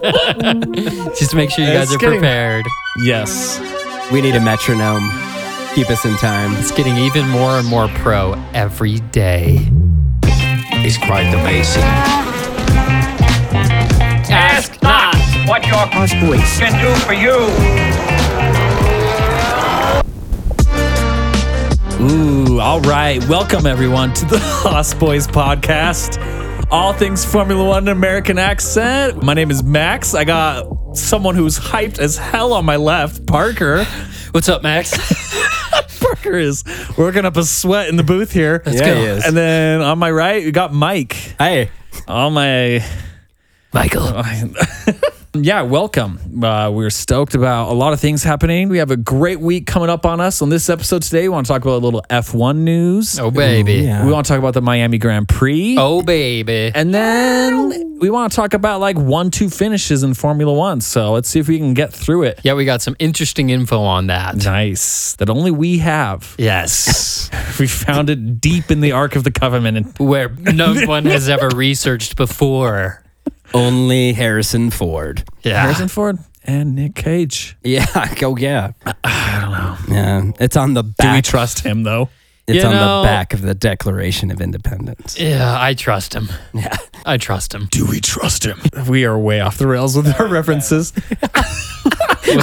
Just make sure you guys It's are getting- prepared. Yes. We need a metronome. Keep us in time. It's getting even more and more pro every day. He's quite the basic. Ask not what your can do for you. Ooh, all right. Welcome, everyone, to the Lost Boys podcast. All things Formula One American accent. My name is Max. I got someone who's hyped as hell on my left, Parker. What's up, Max? Parker is working up a sweat in the booth here. Let's go. And then on my right, we got Mike. Hey, On my Oh, Michael. Yeah, welcome. Uh, we're stoked about a lot of things happening. We have a great week coming up on us. On this episode today, we want to talk about a little F1 news. Oh, baby. We want to talk about the Miami Grand Prix. Oh, baby. And then we want to talk about like one, two finishes in Formula One. So let's see if we can get through it. Yeah, we got some interesting info on that. Nice. That only we have. Yes. We found it deep in the Ark of the Covenant. And Where no one has ever researched before. only Harrison Ford. Yeah. Harrison Ford and Nick Cage. Yeah, go yeah. I don't know. Yeah, it's on the back. Do we trust him though? It's You on know- the back of the Declaration of Independence. Yeah, I trust him. Yeah. I trust him. Do we trust him? We are way off the rails with our references.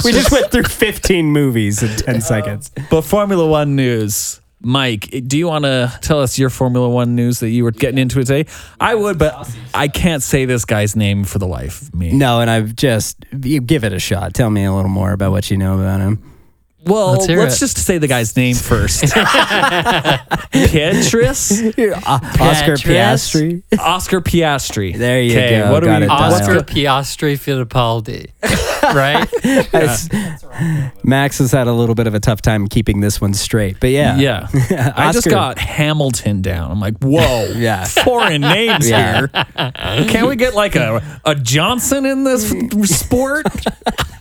we just went through 15 movies in 10 seconds. But Formula One news. Mike, do you want to tell us your Formula One news that you were getting into today? I would, but I can't say this guy's name for the life of me. No, and I've just you give it a shot. Tell me a little more about what you know about him. Well, Let's let's, hear it. just say the guy's name first. Pietris? Oscar Piastri? Piastri. Oscar Piastri. There you 'Kay, go. What do Got we, it what's dialed. Oscar the- Piastri Fittipaldi. right? Max has had a little bit of a tough time keeping this one straight, but yeah, Yeah. I just Oscar. got Hamilton down. I'm like, whoa. Yeah. Foreign names Yeah. here. Can we get like a, a Johnson in this sport?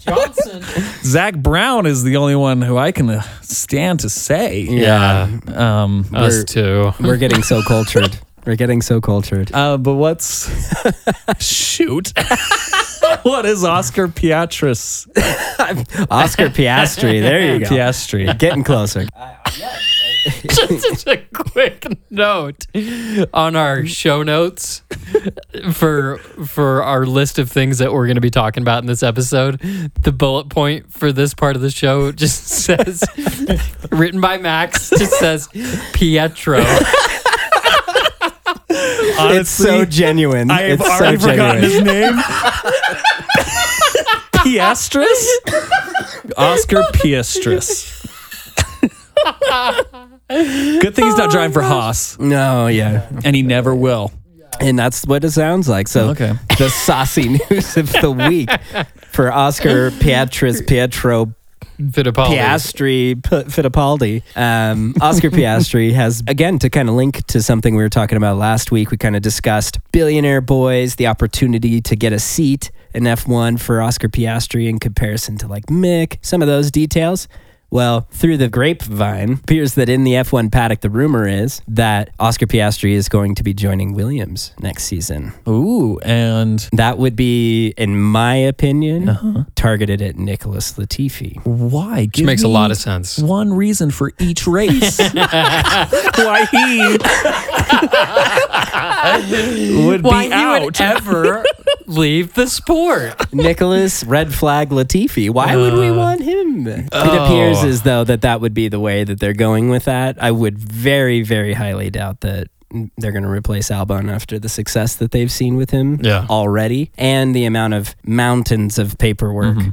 Johnson. Zach Brown is the only one who I can uh, stand to say. Yeah. Um, Us We're- too. We're getting so cultured. We're getting so cultured. uh, but what's. shoot. what is Oscar Piatris? Oscar Piastri. There you go. Piastri. Getting closer. Just such a quick note on our show notes for for our list of things that we're going to be talking about in this episode. The bullet point for this part of the show just says, written by Max, just says Pietro. Honestly, It's so genuine. I have it's already so forgotten his genuine. name. Piastris? Oscar Piastris. Good thing he's not driving for Haas, No, yeah. and he never will. And that's what it sounds like. So Okay. the saucy news of the week for Oscar Pietris Pietro Fittipaldi. Piastri P- Fittipaldi. Um, Oscar Piastri has, again, to kind of link to something we were talking about last week, we kind of discussed billionaire boys, the opportunity to get a seat in F1 for Oscar Piastri in comparison to like Mick, some of those details. Well, through the grapevine, appears that in the F1 paddock, the rumor is that Oscar Piastri is going to be joining Williams next season. Ooh, and That would be, in my opinion, targeted at Nicholas Latifi. why? Which makes a lot of sense. One reason for each race. why he would Why be he out. would ever leave the sport? Nicholas Red Flag Latifi. Why would we want him? it appears as though that that would be the way that they're going with that. I would very, very highly doubt that they're going to replace Albon after the success that they've seen with him Yeah. already and the amount of mountains of paperwork. Mm-hmm.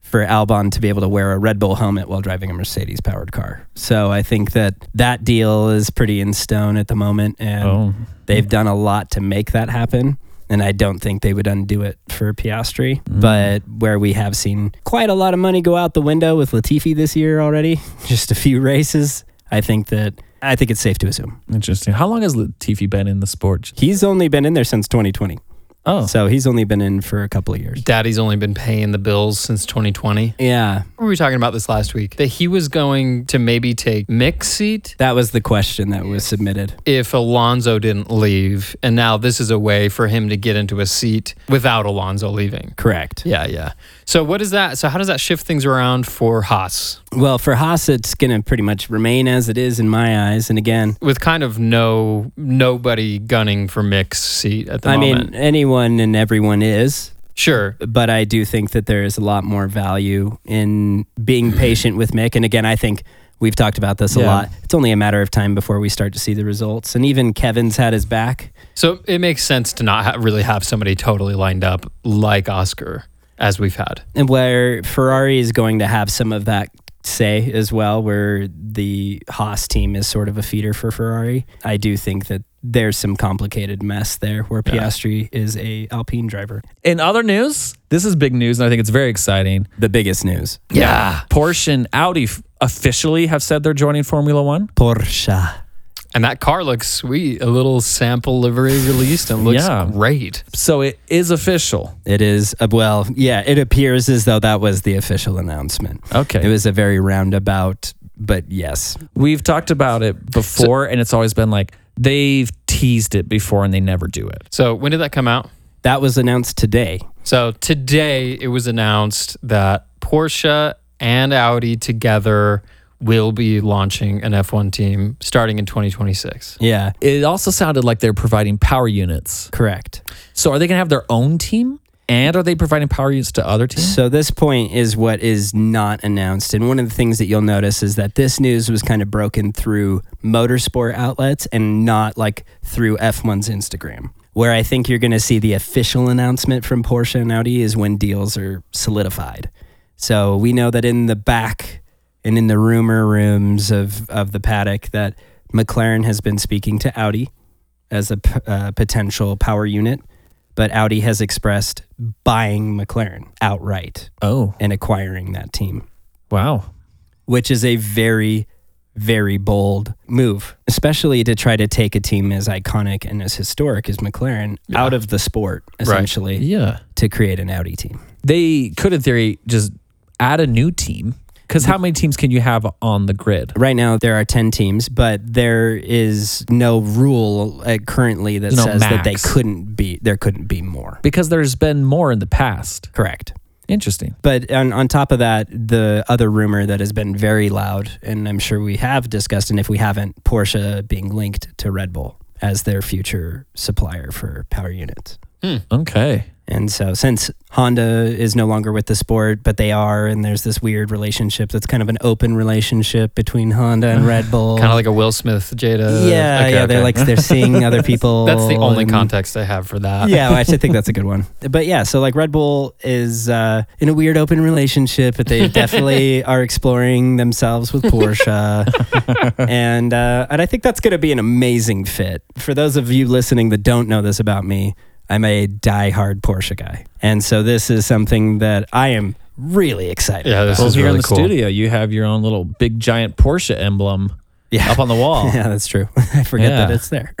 For Albon to be able to wear a Red Bull helmet while driving a Mercedes powered car. So I think that that deal is pretty in stone at the moment. And Oh. They've done a lot to make that happen. And I don't think they would undo it for Piastri. Mm. But where we have seen quite a lot of money go out the window with Latifi this year already, just a few races, I think that I think it's safe to assume. Interesting. How long has Latifi been in the sport? He's only been in there since 2020. Oh. So he's only been in for a couple of years. Daddy's only been paying the bills since 2020. Yeah. We were talking about this last week that he was going to maybe take Mick's seat That was the question that was submitted. if Alonzo didn't leave. And now this is a way for him to get into a seat without Alonzo leaving. Correct. Yeah, yeah. So what is that? So how does that shift things around for Haas Well, for Haas, it's going to pretty much remain as it is in my eyes. And again, with kind of no nobody gunning for Mick's seat at the I moment? mean, anyone and everyone is. sure. But I do think that there is a lot more value in being patient with Mick. And again, I think we've talked about this a Yeah. lot. It's only a matter of time before we start to see the results. And even Kevin's had his back. So it makes sense to not ha- really have somebody totally lined up like Oscar as we've had. and where Ferrari is going to have some of that say as well, where the Haas team is sort of a feeder for Ferrari. I do think that there's some complicated mess there where Piastri is a Alpine driver. In other news, this is big news, and I think it's very exciting. The biggest news. Yeah. Porsche and Audi f- officially have said they're joining Formula One. Porsche. And that car looks sweet. A little sample livery released and looks Yeah. great. So it is official. It is uh, well, yeah, it appears as though that was the official announcement. Okay. It was a very roundabout but yes. We've talked about it before, and it's always been like they've teased it before and they never do it. So when did that come out? That was announced today. So today it was announced that Porsche and Audi together will be launching an F1 team starting in 2026. Yeah. It also sounded like they're providing power units. Correct. So are they going to have their own team? And are they providing power units to other teams? So this point is what is not announced, and one of the things that you'll notice is that this news was kind of broken through motorsport outlets and not like through F1's Instagram. Where I think you're going to see the official announcement from Porsche and Audi is when deals are solidified. So we know that in the back and in the rumor rooms of of the paddock that McLaren has been speaking to Audi as a p- uh, potential power unit, but Audi has expressed buying McLaren outright Oh, and acquiring that team, wow. which is a very, very bold move, especially to try to take a team as iconic and as historic as McLaren out of the sport, essentially, Yeah. to create an Audi team. They could, in theory, just add a new team. Because how many teams can you have on the grid? Right now, there are 10 teams, but there is no rule uh, currently that No says that they max. couldn't be, there couldn't be more. Because there's been more in the past. Correct. Interesting. But on, on top of that, the other rumor that has been very loud, and I'm sure we have discussed, and if we haven't, Porsche being linked to Red Bull as their future supplier for power units. Okay. And so, since Honda is no longer with the sport, but they are, and there's this weird relationship that's kind of an open relationship between Honda and Red Bull. Kind of like a Will Smith Jada. Okay, yeah, yeah, okay. they're like they're seeing other people. That's the only and- context I have for that. yeah, well, I should think that's a good one. Uh, But yeah, so like Red Bull is uh, in a weird open relationship, but they definitely are exploring themselves with Porsche, and uh, and I think that's going to be an amazing fit. For those of you listening that don't know this about me, I'm a diehard Porsche guy, and so this is something that I am really excited. Yeah, this Well, is here really in the cool. studio, you have your own little big giant Porsche emblem Yeah. up on the wall. Yeah, that's true. I forget that Yeah. it's there.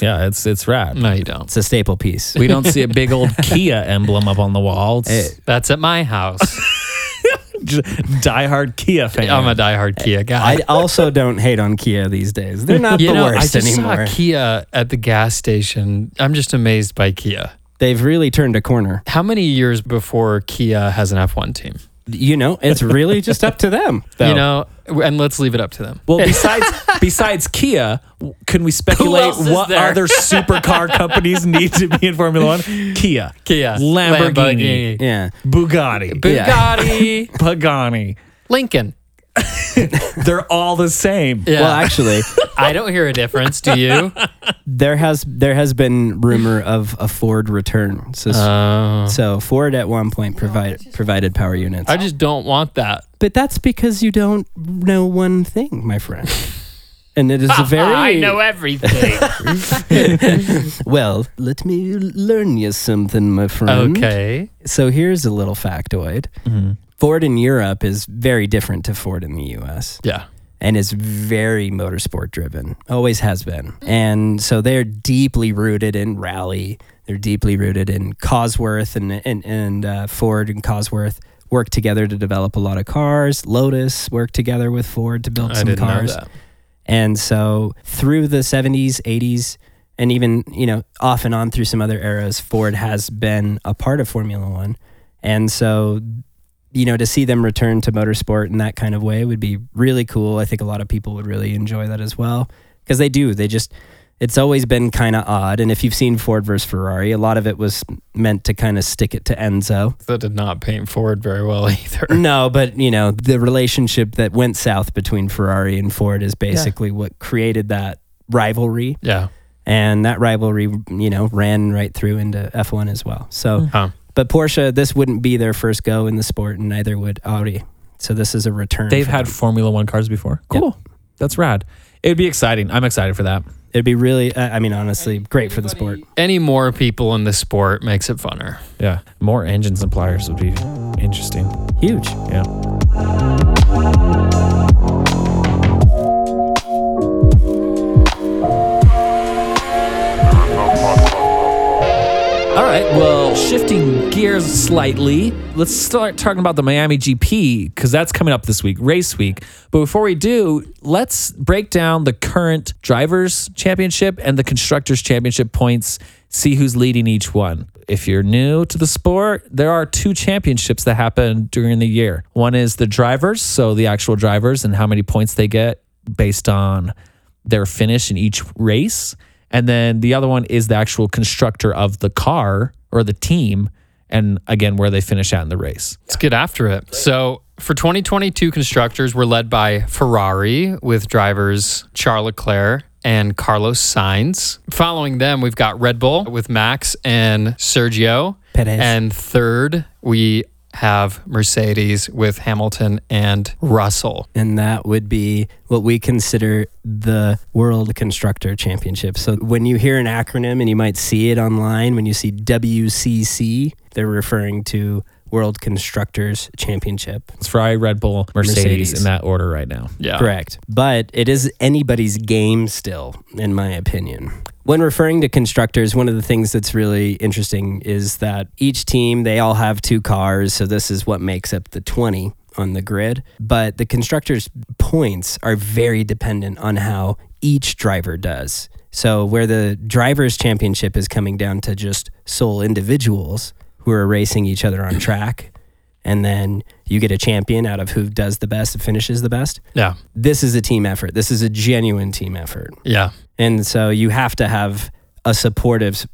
yeah, it's it's rad. No, you don't. It's a staple piece. We don't see a big old Kia emblem up on the wall. It's That's at my house. j- diehard Kia fan. I'm a diehard Kia guy. I also don't hate on Kia these days. They're not you the know, I worst just anymore. saw Kia at the gas station. I'm just amazed by Kia. They've really turned a corner. How many years before Kia has an F1 team? you know, it's really just up to them. You know, and let's leave it up to them. well, besides besides Kia, w- can we speculate else is what there? other supercar companies need to be in Formula One? Kia, Kia, Lamborghini, Lamborghini. Yeah. Bugatti, Bugatti, Pagani. Lincoln. They're all the same. Yeah. Well, actually, I don't hear a difference. Do you? there has there has been rumor of a Ford return. So, so Ford at one point provided provided power units. Oh. I just don't want that. but that's because you don't know one thing, my friend. And it is a very everything. well. Let me learn you something, my friend. okay. Mm-hmm. So here's a little factoid. Ford in Europe is very different to Ford in the U.S. Yeah. and is very motorsport driven, always has been. And so they're deeply rooted in rally. They're deeply rooted in Cosworth and and, and uh, Ford and Cosworth work together to develop a lot of cars. Lotus worked together with Ford to build I some didn't know cars. that. And so through the 70s, 80s, and even, you know, off and on through some other eras, Ford has been a part of Formula One. And so, you know, to see them return to motorsport in that kind of way would be really cool. I think a lot of people would really enjoy that as well because they do. They just, it's always been kind of odd. And if you've seen Ford versus Ferrari, a lot of it was meant to kind of stick it to Enzo. That did not paint Ford very well either. No, but you know, the relationship that went south between Ferrari and Ford is basically what created that rivalry. Yeah. And that rivalry, you know, ran right through into F1 as well. So, Mm-hmm. Huh. but Porsche, this wouldn't be their first go in the sport, and neither would Audi. So this is a return. They've for had them. Formula One cars before. Cool. That's rad. It'd be exciting. I'm excited for that. It'd be really, uh, I mean, honestly, great for the sport. Any more people in the sport makes it funner. Yeah. More engines and pliers would be interesting. Huge. Yeah. All right, well, shifting gears slightly, let's start talking about the Miami GP because that's coming up this week, race week. But before we do, let's break down the current Drivers' Championship and the Constructors' Championship points, see who's leading each one. If you're new to the sport, there are two championships that happen during the year. One is the drivers, so the actual drivers and how many points they get based on their finish in each race. And then the other one is the actual constructor of the car or the team. And again, where they finish out in the race. Let's get after it. So for 2022 constructors, we're led by Ferrari with drivers Charles Leclerc and Carlos Sainz. Following them, we've got Red Bull with Max and Sergio Perez. And third, we have Mercedes with Hamilton and Russell. And that would be what we consider the World Constructor Championship. So when you hear an acronym and you might see it online, when you see WCC, they're referring to World Constructors Championship. It's Ferrari, Red Bull, Mercedes, Mercedes. in that order right now. Yeah. Correct. But it is anybody's game still, in my opinion. When referring to constructors, one of the things that's really interesting is that each team, they all have two cars. So this is what makes up the 20 on the grid. But the constructors' points are very dependent on how each driver does. So where the drivers' championship is coming down to just sole individuals who are racing each other on track. And then you get a champion out of who does the best and finishes the best Yeah. this is a team effort. This is a genuine team effort. Yeah. And so you have to have a supportive s-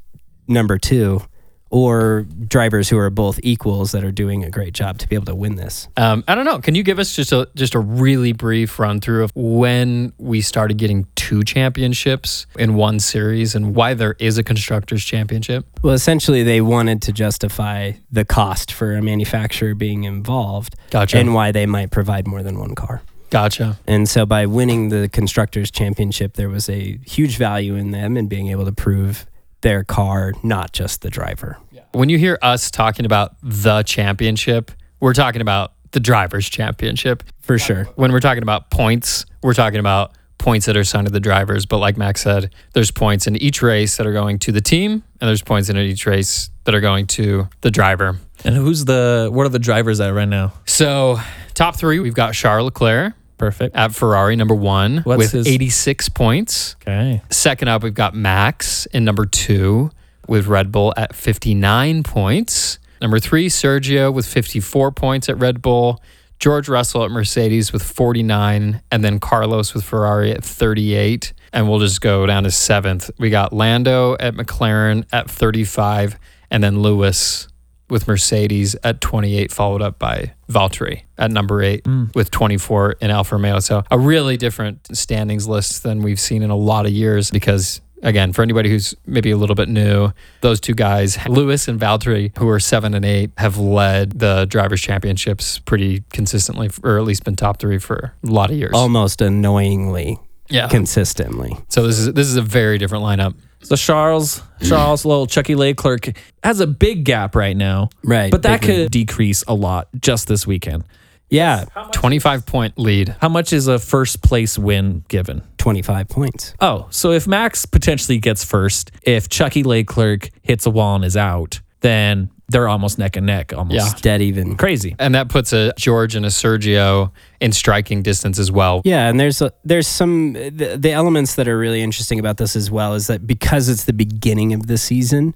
number two or drivers who are both equals that are doing a great job to be able to win this. Um, I don't know. Can you give us just a just a really brief run through of when we started getting two championships in one series and why there is a constructors championship? Well, essentially, they wanted to justify the cost for a manufacturer being involved Gotcha. and why they might provide more than one car. Gotcha. And so by winning the constructors championship, there was a huge value in them and being able to prove their car, not just the driver. When you hear us talking about the championship, we're talking about the drivers championship. For sure. When we're talking about points, we're talking about points that are assigned to the drivers. But like Max said, there's points in each race that are going to the team, and there's points in each race that are going to the driver. And who's the, what are the drivers at right now? So top three, we've got Charles Leclerc. Perfect. at Ferrari, number one, What's with his- 86 points. Okay. Second up, we've got Max in number two with Red Bull at 59 points. Number three, Sergio with 54 points at Red Bull. George Russell at Mercedes with 49, and then Carlos with Ferrari at 38. And we'll just go down to seventh. We got Lando at McLaren at 35, and then Lewis with Mercedes at 28, followed up by Valtteri at number eight with 24 in Alfa Romeo. So a really different standings list than we've seen in a lot of years because. Again, for anybody who's maybe a little bit new, those two guys, Lewis and Valtteri, who are seven and eight, have led the drivers' championships pretty consistently, or at least been top three for a lot of years. Almost annoyingly yeah. consistently. so this is this is a very different lineup. So Charles, Charles, little Chucky Lay Clerk has a big gap right now. Right, But that big lead. could decrease a lot just this weekend. Yeah, 25 point lead. How much is a first place win given? 25 points. Oh, so if Max potentially gets first, if Chucky Lay Clerk hits a wall and is out, then they're almost neck and neck, almost Yeah. Dead even. crazy. And that puts a George and a Sergio in striking distance as well. Yeah, and there's a, there's some the, the elements that are really interesting about this as well is that because it's the beginning of the season,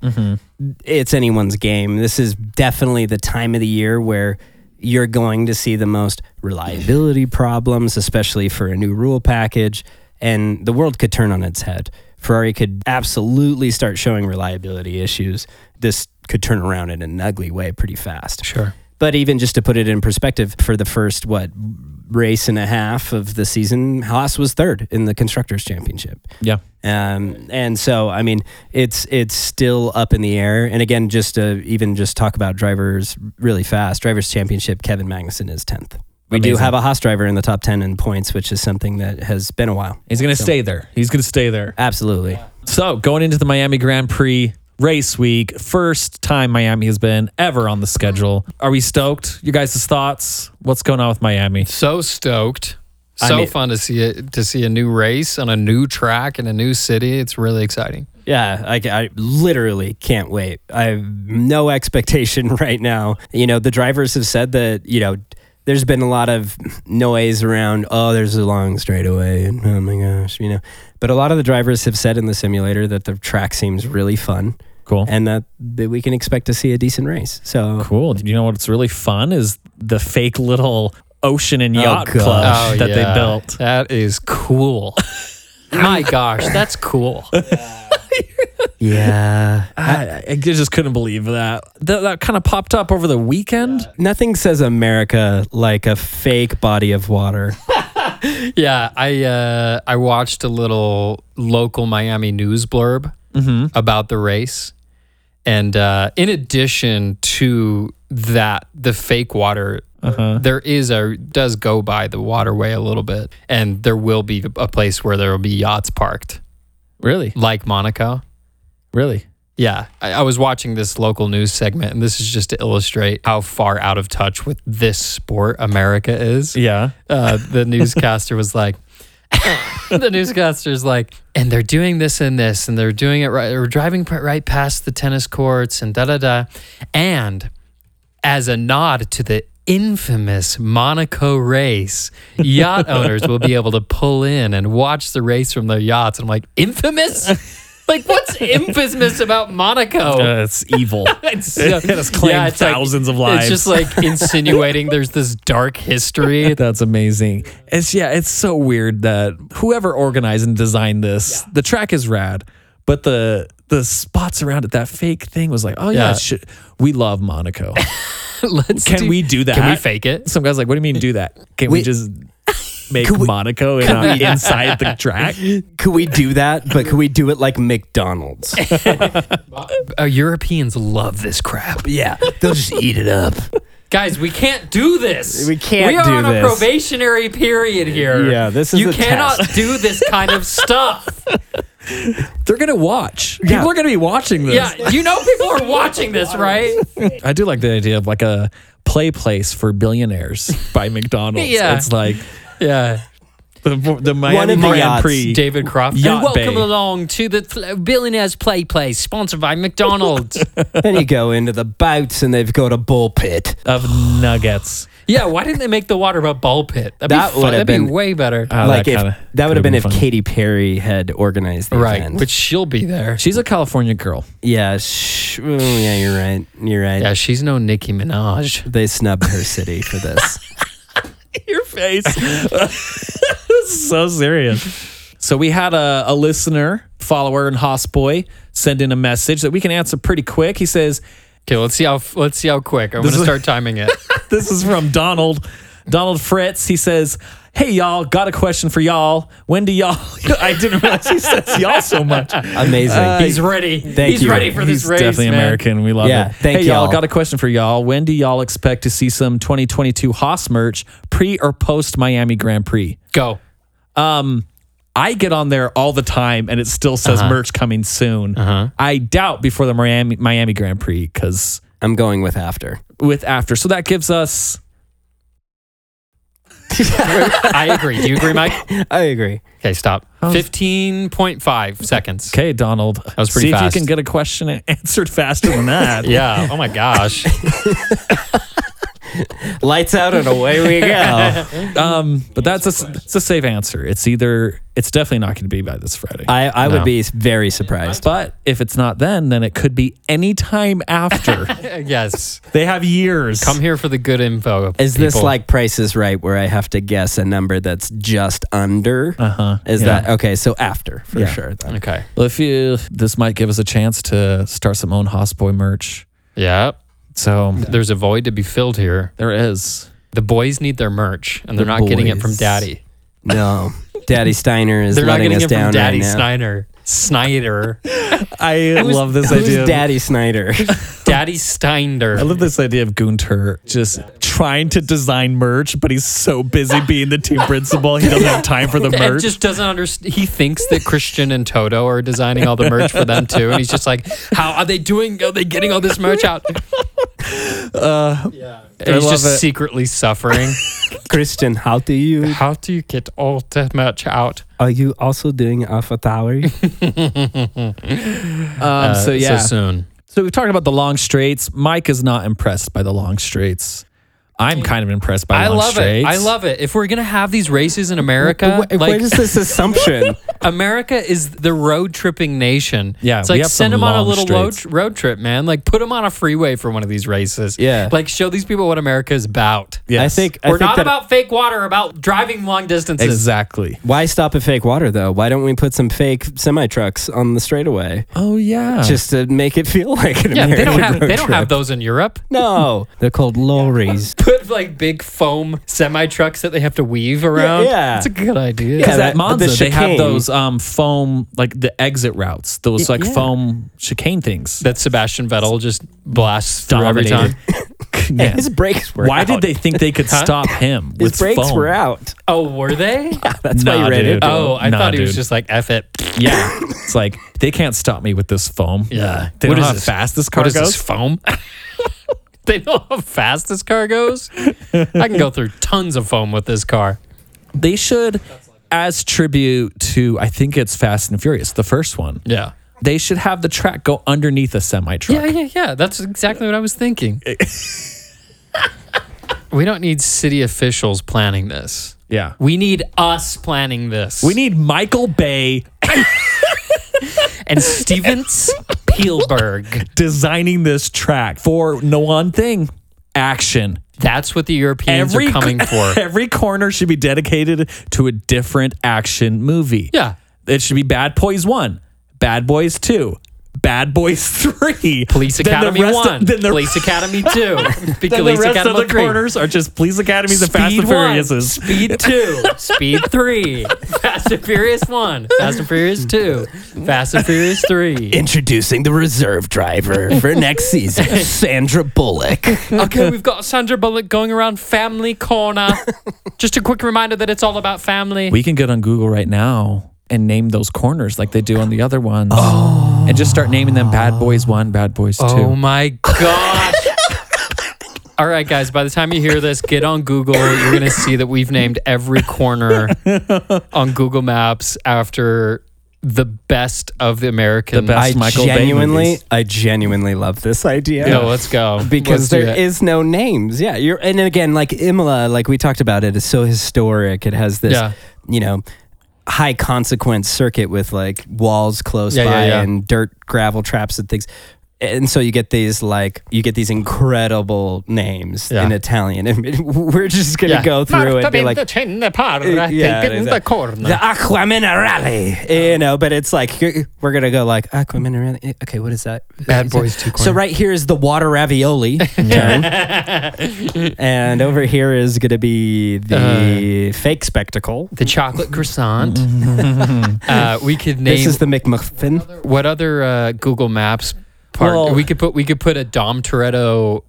it's anyone's game. This is definitely the time of the year where you're going to see the most reliability problems, especially for a new rule package, and the world could turn on its head. Ferrari could absolutely start showing reliability issues. This could turn around in an ugly way pretty fast. Sure. But even just to put it in perspective, for the first what race and a half of the season, Haas was third in the constructors' championship. Yeah. Um, and so, I mean, it's it's still up in the air. And again, just to even just talk about drivers really fast, drivers' championship, Kevin Magnussen is tenth. We do Amazing. have a Haas driver in the top ten in points, which is something that has been a while. He's going to stay there. He's going to stay there. Absolutely. So going into the Miami Grand Prix race week, first time Miami has been ever on the schedule. Are we stoked? Your guys' thoughts? What's going on with Miami? So stoked. So mean- fun to see it to see a new race on a new track in a new city. It's really exciting. Yeah, I, ca- I literally can't wait. I have no expectation right now. You know, the drivers have said that, you know, there's been a lot of noise around, oh, there's a long straightaway, and oh my gosh, you know. But a lot of the drivers have said in the simulator that the track seems really fun Cool. and that, that we can expect to see a decent race. So, Cool. You know what's really fun is the fake little ocean and yacht gosh. club that Oh, yeah. they built. That is cool. My gosh, that's cool. yeah. I, I just couldn't believe that. That, that kind of popped up over the weekend. Nothing says America like a fake body of water. Yeah, I uh, I watched a little local Miami news blurb about the race, and uh, in addition to that, the fake water there is a does go by the waterway a little bit, and there will be a place where there will be yachts parked, Really? like Monaco. Really? Yeah, I, I was watching this local news segment, and this is just to illustrate how far out of touch with this sport America is Yeah. uh, the newscaster was like, the newscaster's like, and they're doing this and this, and they're doing it right. We're driving pr- right past the tennis courts and da da da. And as a nod to the infamous Monaco race, yacht owners will be able to pull in and watch the race from their yachts. And I'm like, infamous? Like, what's infamous about Monaco? Uh, it's evil. Oh. It's- uh, It has claimed it's like- thousands of It's just like insinuating there's this dark history That's amazing. It's yeah, it's so weird that whoever organized and designed this, the track is rad, but the the spots around it, that fake thing was like, oh yeah, Yeah. shit, we love Monaco. Let's Can we do that? Can we fake it? Some guys like, what do you mean do that? Can we, We- just make Monaco in, inside the track? could we do that? But could we do it like McDonald's? Uh, Europeans love this crap, yeah, they'll just eat it up. guys. We can't do this. We can't We are do on a this. probationary period here. Yeah, this is You a cannot test. do this kind of stuff. They're gonna watch. Yeah. People are gonna be watching this. yeah, you know people are watching this, right? I do like the idea of like a play place for billionaires by McDonald's. Yeah. It's like Yeah. the the of Miami the Grand yachts, Prix. David Croft. Yacht and welcome Bay. along to the th- Billionaires Play Place, sponsored by McDonald's. then you go into the boats and they've got a bull pit. of nuggets. yeah, why didn't they make the water about ball pit? That'd That be fun. would've That'd been- be way better. Uh, like that if kinda that would have could've been, been if fun. Katy Perry had organized the right, event. which she'll be there. She's a California girl. yeah, sh- oh, yeah, you're right. You're right. Yeah, she's no Nicki Minaj. They snubbed her city for this. Your face. so serious. So we had a, a listener, follower, and host boy send in a message that we can answer pretty quick. He says, Okay, let's see how let's see how quick. I'm This gonna is- start timing it. This is from Donald. Donald Fritz. He says, Hey y'all, got a question for y'all. When do y'all I didn't realize he says y'all so much. Amazing. Uh, He's ready. thank He's you. ready for this He's race. definitely man. American. We love Yeah, it. thank hey, y'all. y'all. Got a question for y'all. When do y'all expect to see some 2022 Haas merch pre or post Miami Grand Prix? Go. I get on there all the time and it still says merch coming soon. I doubt before the Miami, Miami Grand Prix because I'm going with after. with after. So that gives us I agree. Do you agree, Mike? I agree. Okay, stop. Oh. 15.5 seconds. Okay, Donald. That was pretty See if fast. you can get a question answered faster than that. Yeah. Oh my gosh. Lights out and away we go. Um, but that's a s- it's a safe answer. It's either it's definitely not going to be by this Friday. I, I would No. be very surprised. but if it's not then, then it could be any time after. yes. they have years. Come here for the good info. Is this people. like Price is Right, where I have to guess a number that's just under? Uh Uh-huh. Is Yeah. that okay? So after for Yeah. sure. Then. Okay. Well, if you this might give us a chance to start some own Hossboy merch. Yeah. So There's a void to be filled here. there is. The boys need their merch, and they're The not getting it from boys. daddy. No, Daddy Steiner is They're not letting getting us it down from daddy right now. Snyder. Snyder. I love this Who's idea. of- Daddy Snyder? daddy Steiner. I love this idea of Gunter just trying to design merch, but he's so busy being the team principal, he doesn't have time for the Ed merch. just doesn't understand. He thinks that Christian and Toto are designing all the merch for them too, and he's just like, "How are they doing? Are they getting all this merch out?" And he's Uh, I just love it. secretly suffering. Christian, how do you? How do you get all that merch out? Are you also doing Alpha Tower? Um, so yeah. So, soon. we've talked about the long straights. Mike is not impressed by the long straights. I'm kind of impressed by I long love straights. it. I love it. If we're gonna have these races in America, Where- where like is this assumption? America is the road tripping nation. Yeah, it's we like have send some them on a long little road, straights. road trip, man. Like put them on a freeway for one of these races. Yeah. like show these people what America is about. Yes. I think I We're think not that- about fake water, about driving long distances. Exactly. Why stop at fake water though? Why don't we put some fake semi trucks on the straightaway Oh yeah. just to make it feel like an Yeah, American they don't have road they don't trip? have those in Europe. No, they're called lorries. Put like big foam semi trucks that they have to weave around. yeah. it's a good idea. Yeah, Because that- at the Monza, they have chicane. those um, foam, like the exit routes, those like yeah. foam chicane things. that Sebastian Vettel just blasts through every time. Dominated. Yeah. His brakes were. Why out. did they think they could stop him with His brakes foam? were out. Oh, were they? That's why Nah, you read dude. it. Oh, I Nah, thought he was dude. just like F it. Yeah, it's like they can't stop me with this foam. Yeah. they What don't know is how this? fast this car What is goes. this foam? they know how fast this car goes. I can go through tons of foam with this car. They should, as tribute to, I think it's Fast and Furious, the first one. Yeah. They should have the track go underneath a semi truck. Yeah, yeah, yeah. That's exactly what I was thinking. we don't need city officials planning this. Yeah. We need us planning this. We need Michael Bay and Steven Spielberg. designing this track for no one thing action. That's what the Europeans are coming for. Every corner should be dedicated to a different action movie. Yeah. It should be Bad Boys 1, Bad Boys 2, Bad Boys 3. Police Then the Academy rest of- one, then the, Police Academy two, then the Police rest Academy of the three. corners are just Police Academies and Fast Speed and one, Furiouses. Speed two, Speed three, Fast and Furious one, Fast and Furious two, Fast and Furious three. Introducing the reserve driver for next season, Sandra Bullock. Okay, we've got Sandra Bullock going around Family Corner. Just a quick reminder that it's all about family. We can get on Google right now and name those corners like they do on the other ones. Oh. And just start naming them Bad Boys 1, Bad Boys 2. oh my gosh. All right, guys, by the time you hear this, get on Google. You're going to see that we've named every corner on Google Maps after the best of the American. The best I Michael Bay genuinely, movies. I genuinely love this idea. No, let's go. because Let's do there that. is no names. Yeah, you're and again like Imola, like we talked about it, is so historic. It has this, Yeah. you know, high consequence circuit with like walls close Yeah, yeah, by yeah. and dirt gravel traps and things. And so you get these like you get these incredible names Yeah. in Italian, and we're just gonna Yeah. go through it and be like. like, yeah, exactly. The Aqua Oh. Minerale, you know, but it's like we're gonna go like Aqua Minerale. Okay, what is that? Bad Is that- Boys Two So Corner. right here is the water ravioli turn, and over here is gonna be the fake spectacle. Uh, The chocolate croissant. uh, we could name This is the McMuffin. what other uh, Google Maps part Well- we could put. We could put a Dom Toretto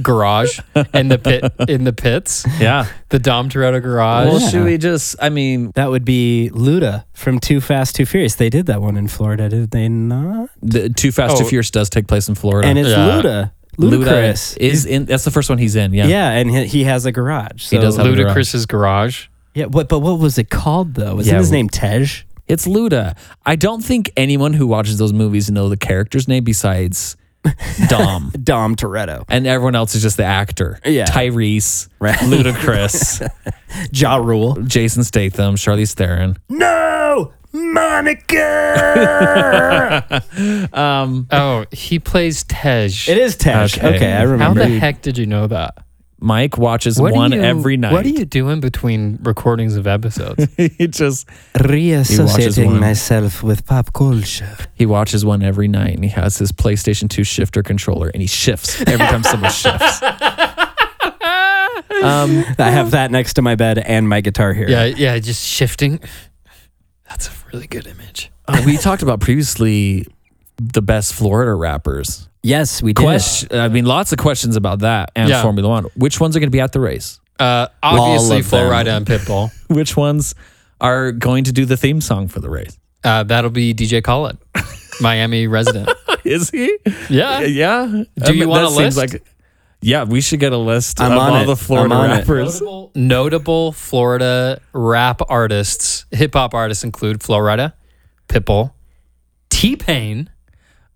garage in the pit in the pits. Yeah. The Dom Toretto garage. Well, should we just, I mean, That would be Luda from Too Fast, Too Furious. They did that one in Florida, did they not? the Too Fast, Too Oh. Furious does take place in Florida. And it's Yeah. Luda. Ludacris. is in. That's the first one he's in. Yeah. yeah, and he, he has a garage. So. He does have a garage. Ludacris's garage. Yeah, what, but what was it called though? Isn't Yeah, his we- name Tej? It's Luda. I don't think anyone who watches those movies know the character's name besides Dom. Dom Toretto, and everyone else is just the actor. Yeah. Tyrese, Right. Ludacris, Ja Rule. Jason Statham, Charlize Theron. No, Monica. Oh, he plays Tej. it is Tej. Okay, Okay. I How remember. the heck did you know that? Mike watches What do one you- every night. What are you doing between recordings of episodes? he just Reassociating one. myself with pop culture. he watches one every night and he has his PlayStation 2 shifter controller and he shifts every time someone shifts. Um, I have that next to my bed and my guitar here. yeah, yeah, just shifting. That's a really good image. uh, we talked about previously the best Florida rappers. Yes, we did. Question, I mean, lots of questions about that and Yeah. Formula One. Which ones are going to be at the race? Uh, All obviously, of them. Florida and Pitbull. Which ones are going to do the theme song for the race? Uh, that'll be DJ Khaled, Miami resident. Is he? Yeah. Yeah. Do you want a list? yeah, we should get a list I'm of on all it. the Florida I'm on it. rappers. Notable Florida rap artists, hip hop artists include Florida, Pitbull, T Pain,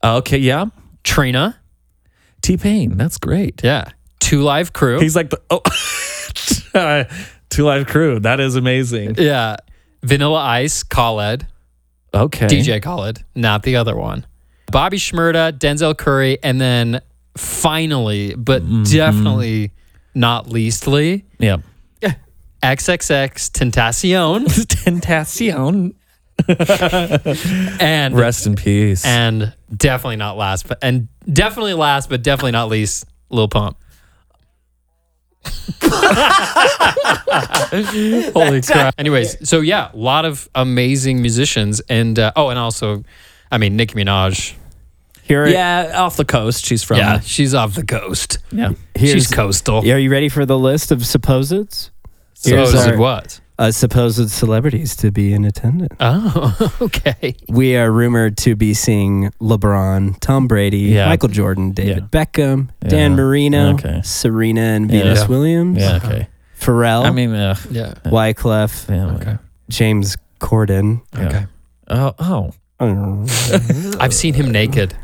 Uh, Okay, yeah. Trina. T Pain, that's great. Yeah. Two Live Crew. He's like the oh uh, Two Live Crew. That is amazing. yeah. Vanilla Ice, Khaled, Okay. DJ Khaled, not the other one. Bobby Shmurda, Denzel Curry, and then finally, but definitely not leastly, Yeah. XXX Tentacion Tentacion. and Rest in peace. and definitely not last, but and definitely last, but definitely not least, Lil Pump. Holy crap! Anyways, so yeah, a lot of amazing musicians, and uh, oh, and also, I mean, Nicki Minaj. Here, yeah, off the coast. She's from. Yeah, she's off the coast. yeah. she's Here's- coastal. Are you ready for the list of supposeds? So Here's is our- it what? Uh, supposed celebrities to be in attendance. Oh, okay. We are rumored to be seeing LeBron, Tom Brady, Yeah. Michael Jordan, David Beckham, Yeah. Dan Marino, Okay. Serena and Venus Yeah. Williams, Yeah. Okay. Pharrell, I mean, uh, Yeah. Wyclef, yeah, Okay. James Corden. yeah. Okay. Oh, oh. I don't know. I've seen him naked.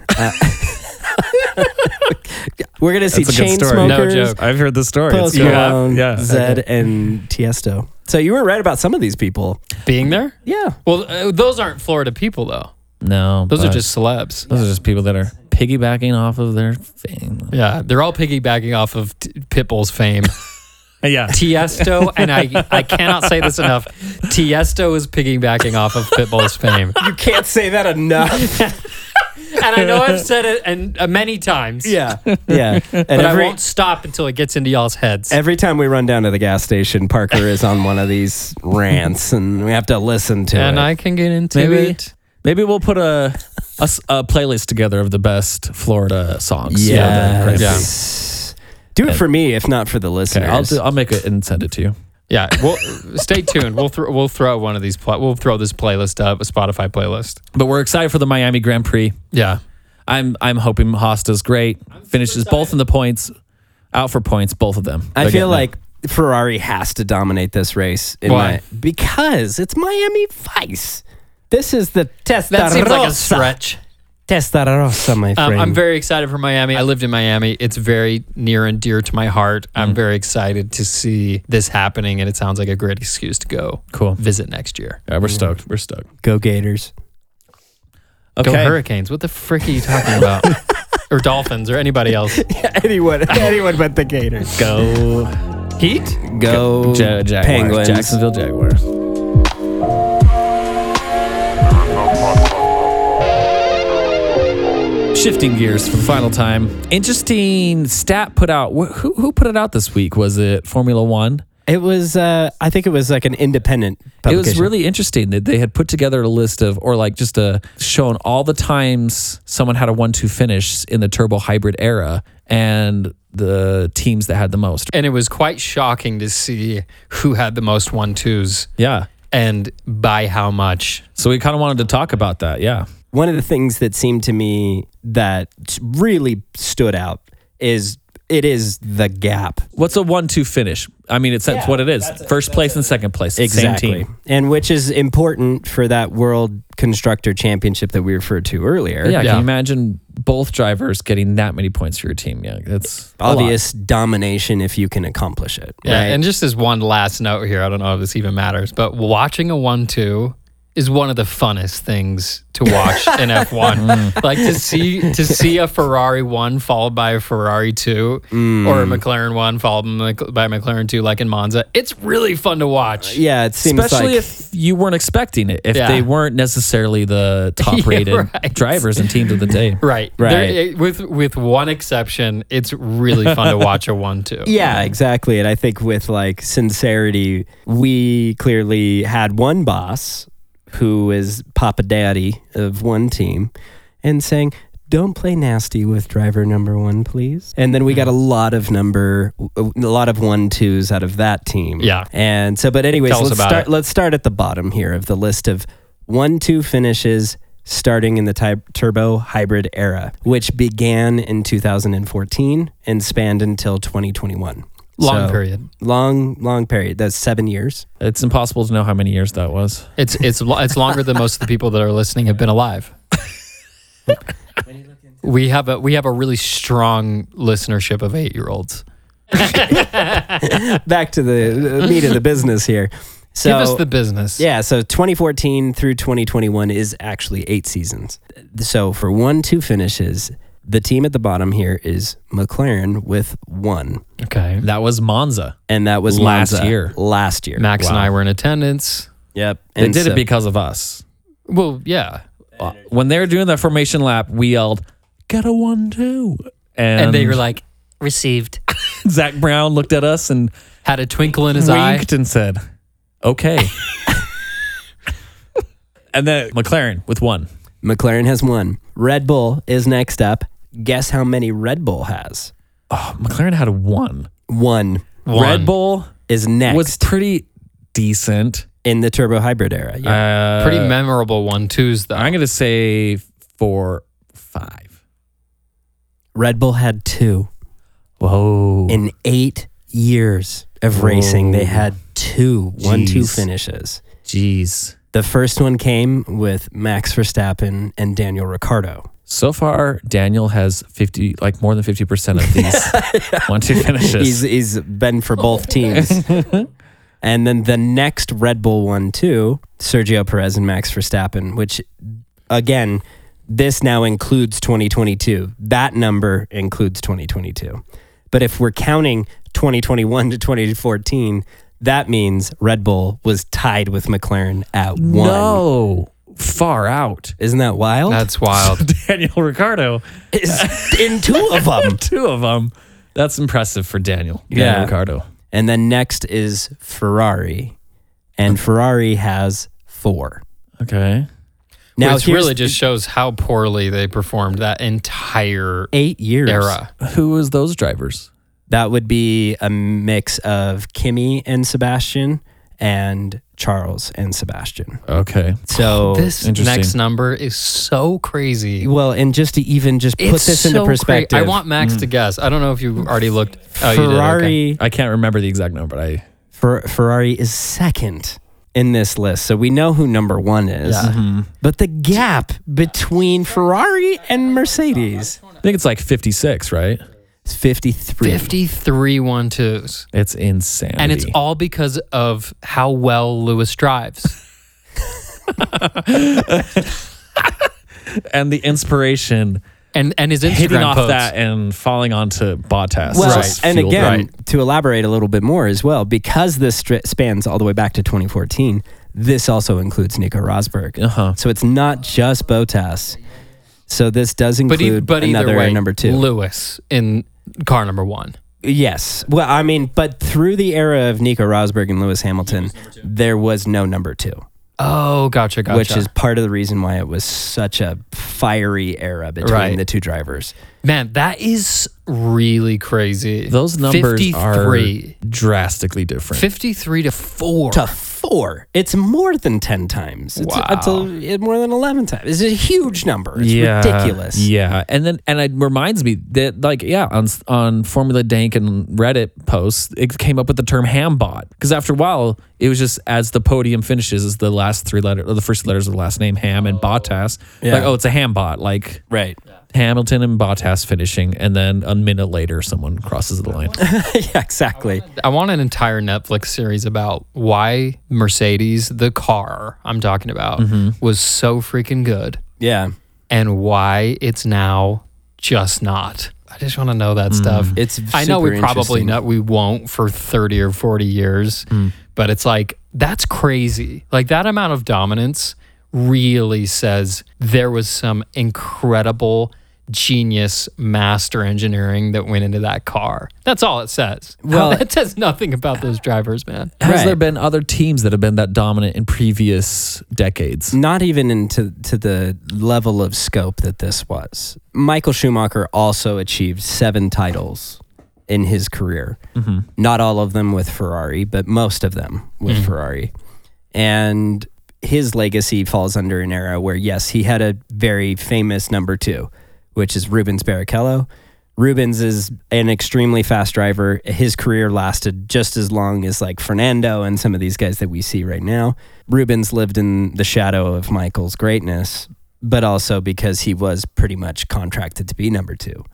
We're gonna see That's a good chain story. smokers, No joke. I've heard the story. Post good. Malone, Yeah. yeah. Zed, and Tiesto. So you were right about some of these people. Being there? Yeah. Well, uh, those aren't Florida people though. No. Those are but- just celebs. Those are just people that are piggybacking off of their fame. Yeah, they're all piggybacking off of T- Pitbull's fame. Yeah. Tiesto, and I, I cannot say this enough. Tiesto is piggybacking off of Pitbull's fame, You can't say that enough. and I know I've said it and uh, many times. yeah. Yeah. And but every, I won't stop until it gets into y'all's heads. every time we run down to the gas station, Parker is on one of these rants and we have to listen to and it. I can get into Maybe it. maybe we'll put a, a s- a playlist together of the best Florida songs. Yeah, Yeah. that'd be yeah. great. Yes. Do it for me, if not for the listeners. I'll do, I'll make it and send it to you. Yeah, well, stay tuned. We'll throw we'll throw one of these pla- we'll throw this playlist up a Spotify playlist. But we're excited for the Miami Grand Prix. Yeah, I'm I'm hoping Hosta's great. Finishes both in the points, out for points, both of them. I Again, feel like Ferrari has to dominate this race. In Why? my- because it's Miami Vice. This is the Testarossa. that seems like a stretch. Testarossa, my Um, friend. I'm very excited for Miami. I lived in Miami. It's very near and dear to my heart. I'm very excited to see this happening, and it sounds like a great excuse to go Cool. visit next year. Yeah, we're stoked. We're stoked. Go Gators. Okay. Go Hurricanes. What the frick are you talking about? or Dolphins or anybody else. anyone, anyone but the Gators. Go Heat? Go Ja- Jaguars. Penguins. Jacksonville Jaguars. Shifting gears for the final time. Interesting stat put out. Wh- Who, who put it out this week? Was it Formula One? It was, uh, I think it was like an independent It publication. was really interesting that they had put together a list of, or like just a shown all the times someone had a one-two finish in the turbo hybrid era, and the teams that had the most. And it was quite shocking to see who had the most one twos Yeah. and by how much. So we kind of wanted to talk about that. Yeah. one of the things that seemed to me that really stood out is it is the gap. What's a one-two finish? I mean, it's that's what it is. First place and second place. It's the Same team. And which is important for that World Constructor Championship that we referred to earlier. Yeah, Can Yeah. you imagine both drivers getting that many points for your team? Yeah. That's a lot. Obvious domination if you can accomplish it. Yeah, right? and just as one last note here, I don't know if this even matters, but watching a one-two is one of the funnest things to watch in F1. like to see to see a Ferrari one followed by a Ferrari two, or a McLaren one followed Mc- by a McLaren two, like in Monza. It's really fun to watch. yeah, it seems Especially like if you weren't expecting it, if Yeah. they weren't necessarily the top rated right. drivers and teams of the day. Right, Right. There- it- with with one exception, it's really fun to watch a one-two. Yeah, exactly. And I think with like sincerity, we clearly had one boss who is Papa Daddy of one team and saying, don't play nasty with driver number one, please. And then we got a lot of number, a lot of one twos out of that team. Yeah. And so, but anyways, Tell us let's about start. it. Let's start at the bottom here of the list of one two finishes starting in the ty- turbo hybrid era, which began in 2014 and spanned until 2021. Long period. Long, long period. That's seven years. It's impossible to know how many years that was. It's it's lo- it's longer than most of the people that are listening have been alive. we have a we have a really strong listenership of eight year olds. Back to the uh, meat of the business here. So Give us the business. Yeah, so 2014 through 2021 is actually eight seasons. So for one, two finishes, the team at the bottom here is McLaren with one, Okay. That was Monza. and that was Last Monza year. Last year, Max and I were in attendance. Yep, They did it because of us. Well, yeah. When they were doing that formation lap, we yelled, "Get a one two. And, And they Um, were like received. Zach Brown looked at us and Had a twinkle in his eye. winked and said, "Okay." and then McLaren with one. McLaren has one. Red Bull is next up. Guess how many Red Bull has? Oh, McLaren had a one. One One. Red Bull is next was pretty decent. in the turbo hybrid era. Yeah. Uh, Pretty memorable one twos though. I'm gonna say four, five. Red Bull had two Whoa. in eight years of racing. They had two one-two Jeez. finishes. Jeez. The first one came with Max Verstappen and Daniel Ricciardo. So far, Daniel has fifty, like more than fifty percent of these one two finishes. He's he's been for both teams. and then the next Red Bull one too, Sergio Perez and Max Verstappen, which again, this now includes 2022. That number includes 2022. But if we're counting 2021 to 2014, that means Red Bull was tied with McLaren at one. No, far out. Isn't that wild? That's wild. Daniel Ricardo, It's in two of them. two of them. That's impressive for Daniel. Yeah. Daniel Ricardo. And then next is Ferrari. And Ferrari has four. Okay. Now Which here's really just shows how poorly they performed that entire eight years. era. Who was those drivers? That would be a mix of Kimi and Sebastian and Charles and Sebastian. Okay. So This Interesting. next number is so crazy. well, and just to even just put It's this into so cra- perspective. Mm. I want Max to guess. I don't know if you already looked. Oh, you did, okay. Ferrari I can't remember the exact number, but I Fer- Ferrari is second in this list. So we know who number 1 is. But the gap between Ferrari and Mercedes I think it's like 56, right? is 53. 53 one twos. It's insane. And it's all because of how well Lewis drives. and the inspiration And and his hitting Instagram off posts. that and falling onto Bottas. Well, just and fueled again, it. to elaborate a little bit more as well, because this stri- spans all the way back to 2014, this also includes Nico Rosberg. Uh-huh. So it's not just Botas. So this does But, e- include but either another way, number two. Lewis in car number one. yes. Well, I mean, but through the era of Nico Rosberg and Lewis Hamilton, there was no number two, Oh, gotcha, gotcha. which is part of the reason why it was such a fiery era between Right. the two drivers. man, that is really crazy. those numbers 53. are drastically different. 53 to four. To four. It's more than 10 times. It's, it's a- it- more than 11 times. It's a huge number. It's ridiculous. Yeah, and then and it reminds me that like yeah on on Formula Dank and Reddit posts it came up with the term hambot because after a while it was just as the podium finishes is the last three letter or the first letters of the last name Ham and Bottas like Yeah. oh it's a hambot like Right. Hamilton and Bottas finishing and then a minute later someone crosses the line. yeah, exactly. I want an entire Netflix series about why Mercedes, the car I'm talking about, was so freaking good Yeah. and why it's now just not. I just want to know that stuff. It's I know super we probably interesting. not we won't for 30 or 40 years, Hmm. but it's like that's crazy. Like that amount of dominance really says there was some incredible genius master engineering that went into that car. That's all it says. Well, Well- that says nothing about those drivers, man. Has Right. there been other teams that have been that dominant in previous decades? Not even into to the level of scope that this was. Michael Schumacher also achieved seven titles in his career. Mm-hmm. Not all of them with Ferrari, but most of them with Mm-hmm. Ferrari. And his legacy falls under an era where, yes, he had a very famous number two, which is Rubens Barrichello. Rubens is an extremely fast driver. His career lasted just as long as like Fernando and some of these guys that we see right now. Rubens lived in the shadow of Michael's greatness, but also because he was pretty much contracted to be number two.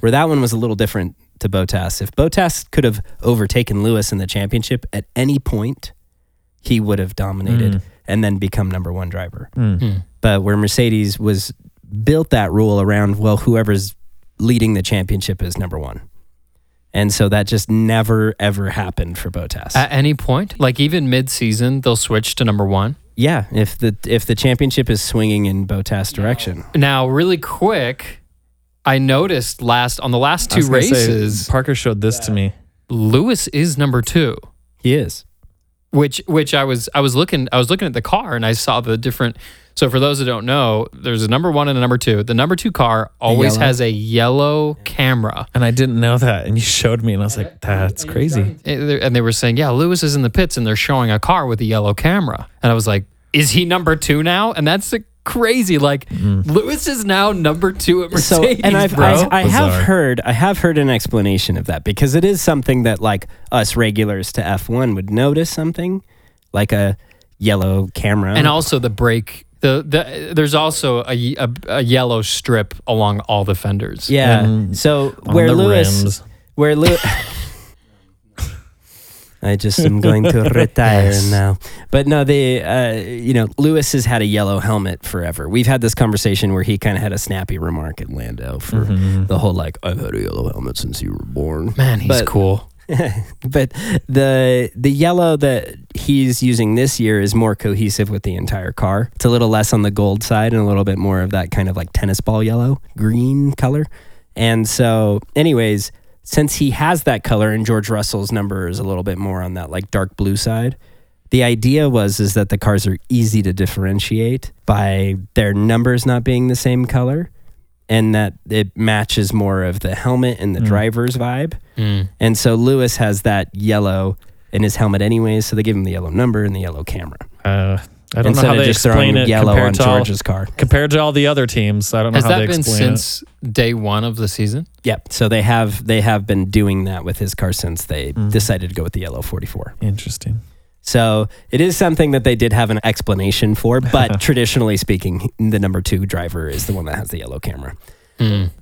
Where that one was a little different to Botas. If Botas could have overtaken Lewis in the championship at any point, he would have dominated and then become number one driver. But where Mercedes was built that rule around, well, whoever's leading the championship is number one. And so that just never ever happened for Botas. At any point, like even mid-season, they'll switch to number 1. yeah, if the if the championship is swinging in Botas direction, Now, really quick, I noticed last on the last I was two gonna say, races, Parker showed this to me. Lewis is number two. he is. Which which I was I was looking I was looking at the car and I saw the different. So for those that don't know, there's a number one and a number two. The number two car always yellow. has a yellow camera. And I didn't know that. And you showed me, and I was like, that's crazy. And they- Eh, and they were saying, yeah, Lewis is in the pits, and they're showing a car with a yellow camera. And I was like, is he number two now? And that's the crazy. Like Lewis is now number two at Mm-hmm. So Mercedes. and I've, bro. I, I Bizarre. have heard I have heard an explanation of that because it is something that like us regulars to F one would notice something like a yellow camera and also the brake. The, the there's also a, ye- a, a yellow strip along all the fenders. Yeah. And so on where the Lewis, rims. where Lewis, I just am going to retire now. But no, the uh, you know Lewis has had a yellow helmet forever. We've had this conversation where he kind of had a snappy remark at Lando for Mm-hmm. the whole like I've had a yellow helmet since you were born. man, he's But- cool. but the the yellow that he's using this year is more cohesive with the entire car. It's a little less on the gold side and a little bit more of that kind of like tennis ball yellow, green color. And so, anyways, since he has that color and George Russell's number is a little bit more on that like dark blue side, the idea was is that the cars are easy to differentiate by their numbers not being the same color and that it matches more of the helmet and the driver's vibe. And so Lewis has that yellow in his helmet anyways, so they give him the yellow number and the yellow camera. Uh, I don't Instead know how of they just explain throwing it yellow compared on to all- George's car. compared to all the other teams. I don't know Has how that they been explain it. since day one of the season? Yep. So they have they have been doing that with his car since they Mm-hmm. decided to go with the yellow 44. Interesting. So it is something that they did have an explanation for, but traditionally speaking, the number two driver is the one that has the yellow camera.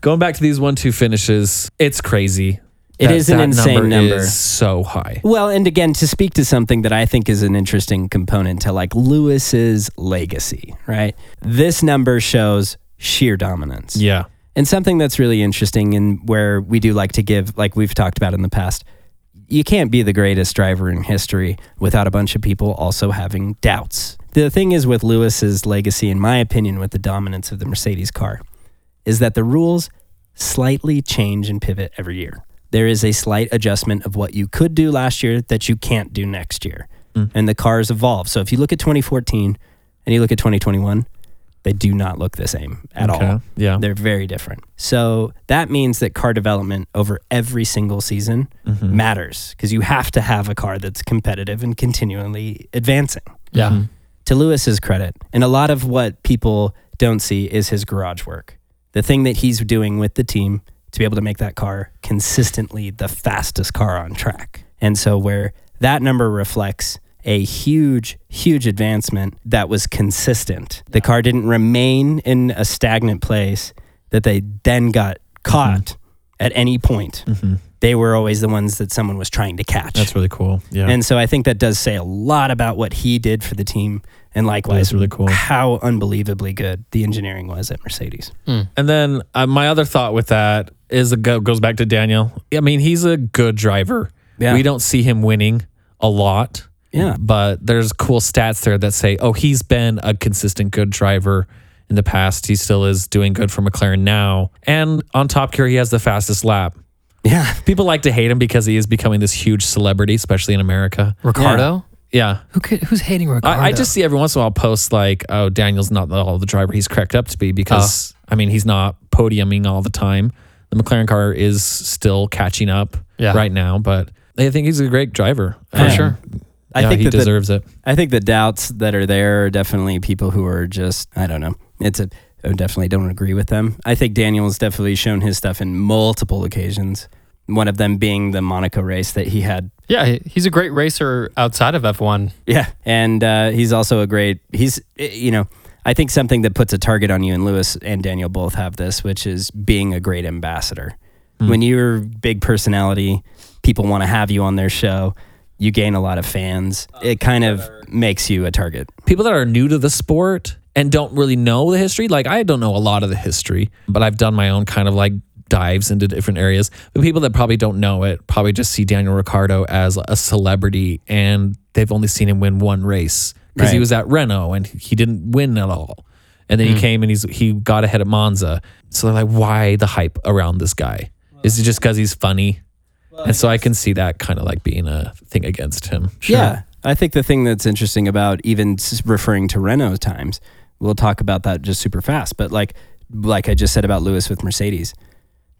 Going back to these one-two finishes, it's crazy. It is an insane number. Is so high. Well, and again, to speak to something that I think is an interesting component to like Lewis's legacy, right? This number shows sheer dominance. Yeah. And something that's really interesting and where we do like to give, like we've talked about in the past, you can't be the greatest driver in history without a bunch of people also having doubts. The thing is with Lewis's legacy, in my opinion, with the dominance of the Mercedes car, is that the rules slightly change and pivot every year. There is a slight adjustment of what you could do last year that you can't do next year. And the cars evolve. So if you look at 2014 and you look at 2021, They do not look the same at all. Okay, yeah. They're very different. So that means that car development over every single season matters because you have to have a car that's competitive and continually advancing. Yeah. To Lewis's credit, and a lot of what people don't see is his garage work. The thing that he's doing with the team to be able to make that car consistently the fastest car on track. And so where that number reflects a huge, huge advancement that was consistent. The car didn't remain in a stagnant place that they then got caught at any point. They were always the ones that someone was trying to catch. That's really cool. Yeah. And so I think that does say a lot about what he did for the team and likewise That's really cool. how unbelievably good the engineering was at Mercedes. And then uh, my other thought with that is it go- goes back to Daniel. I mean, he's a good driver. Yeah. We don't see him winning a lot. Yeah. But there's cool stats there that say, oh, he's been a consistent good driver in the past. He still is doing good for McLaren now. And on top gear, he has the fastest lap. Yeah. People like to hate him because he is becoming this huge celebrity, especially in America. Ricardo? Yeah. Who could, who's hating Ricardo? I, I just see every once in a while posts like, oh, Daniel's not the, all the driver he's cracked up to be because, I mean, he's not podiuming all the time. The McLaren car is still catching up Yeah. right now, but I think he's a great driver. For sure. I I think think he that the- deserves it. I think the doubts that are there are definitely people who are just I don't know. It's a I definitely don't agree with them. I think Daniel's definitely shown his stuff in multiple occasions. One of them being the Monaco race that he had. yeah, he- he's a great racer outside of F1. Yeah, and uh, he's also a great. He's eh, you know I think something that puts a target on you and Lewis and Daniel both have this, which is being a great ambassador. When you're a big personality, people want to have you on their show. You gain a lot of fans. It kind of makes you a target. people that are new to the sport and don't really know the history. Like I don't know a lot of the history, but I've done my own kind of like dives into different areas. But people that probably don't know it probably just see Daniel Ricciardo as a celebrity and they've only seen him win one race because he Right. Hmm. was at Renault and he didn't win at all. And then he came and he's he got ahead at Monza. So they're like, why the hype around this guy? Is it just because he's funny? and so I can see that kind of like being a thing against him. Yeah. I think the thing that's interesting about even s- referring to Renault times, we'll talk about that just super fast, but like like I just said about Lewis with Mercedes,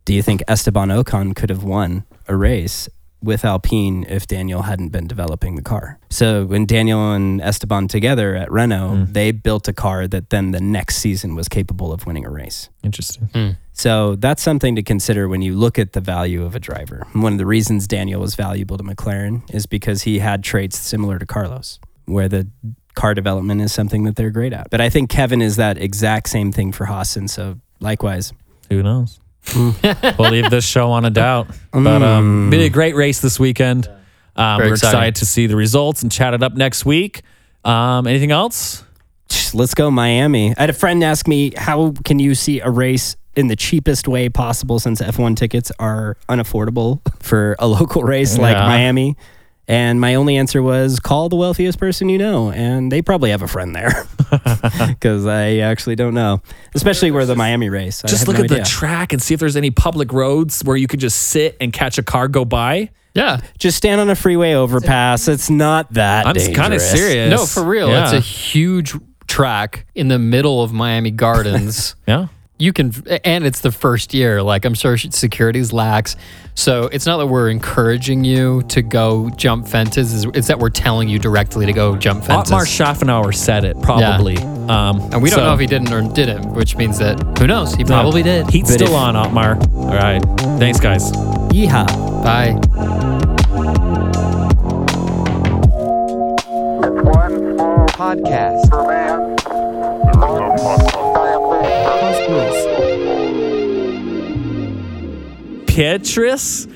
do you think Esteban Ocon could have won a race with Alpine if Daniel hadn't been developing the car? So when Daniel and Esteban together at Renault, they built a car that then the next season was capable of winning a race. Interesting. So that's something to consider when you look at the value of a driver. One of the reasons Daniel was valuable to McLaren is because he had traits similar to Carlos, where the car development is something that they're great at. But I think Kevin is that exact same thing for Haas. And so likewise, Who knows? Hmm. we'll leave this show on a doubt. But um, been a great race this weekend. Um, Very we're exciting. excited to see the results and chat it up next week. Um, anything else? let's go Miami. I had a friend ask me, how can you see a race in the cheapest way possible since F1 tickets are unaffordable for a local race like Yeah. Miami? And my only answer was call the wealthiest person you know, and they probably have a friend there because I actually don't know, especially where the Miami race. I Just have look no at idea. the track and see if there's any public roads where you could just sit and catch a car go by. Yeah. just stand on a freeway overpass. It's not that. I'm dangerous. kind of serious. No, for real. Yeah. It's a huge track in the middle of Miami Gardens. yeah. you can and it's the first year like i'm sure security's lax so it's not that we're encouraging you to go jump fences it's- it's that we're telling you directly to go jump fences Otmar Schaffenauer said it probably. Um, and we don't so- know if he didn't or didn't which means that who knows he probably did Heat's But still if- on, Otmar. All right. Thanks, guys. Yeehaw. bye One small podcast for man, giant leap for Petrus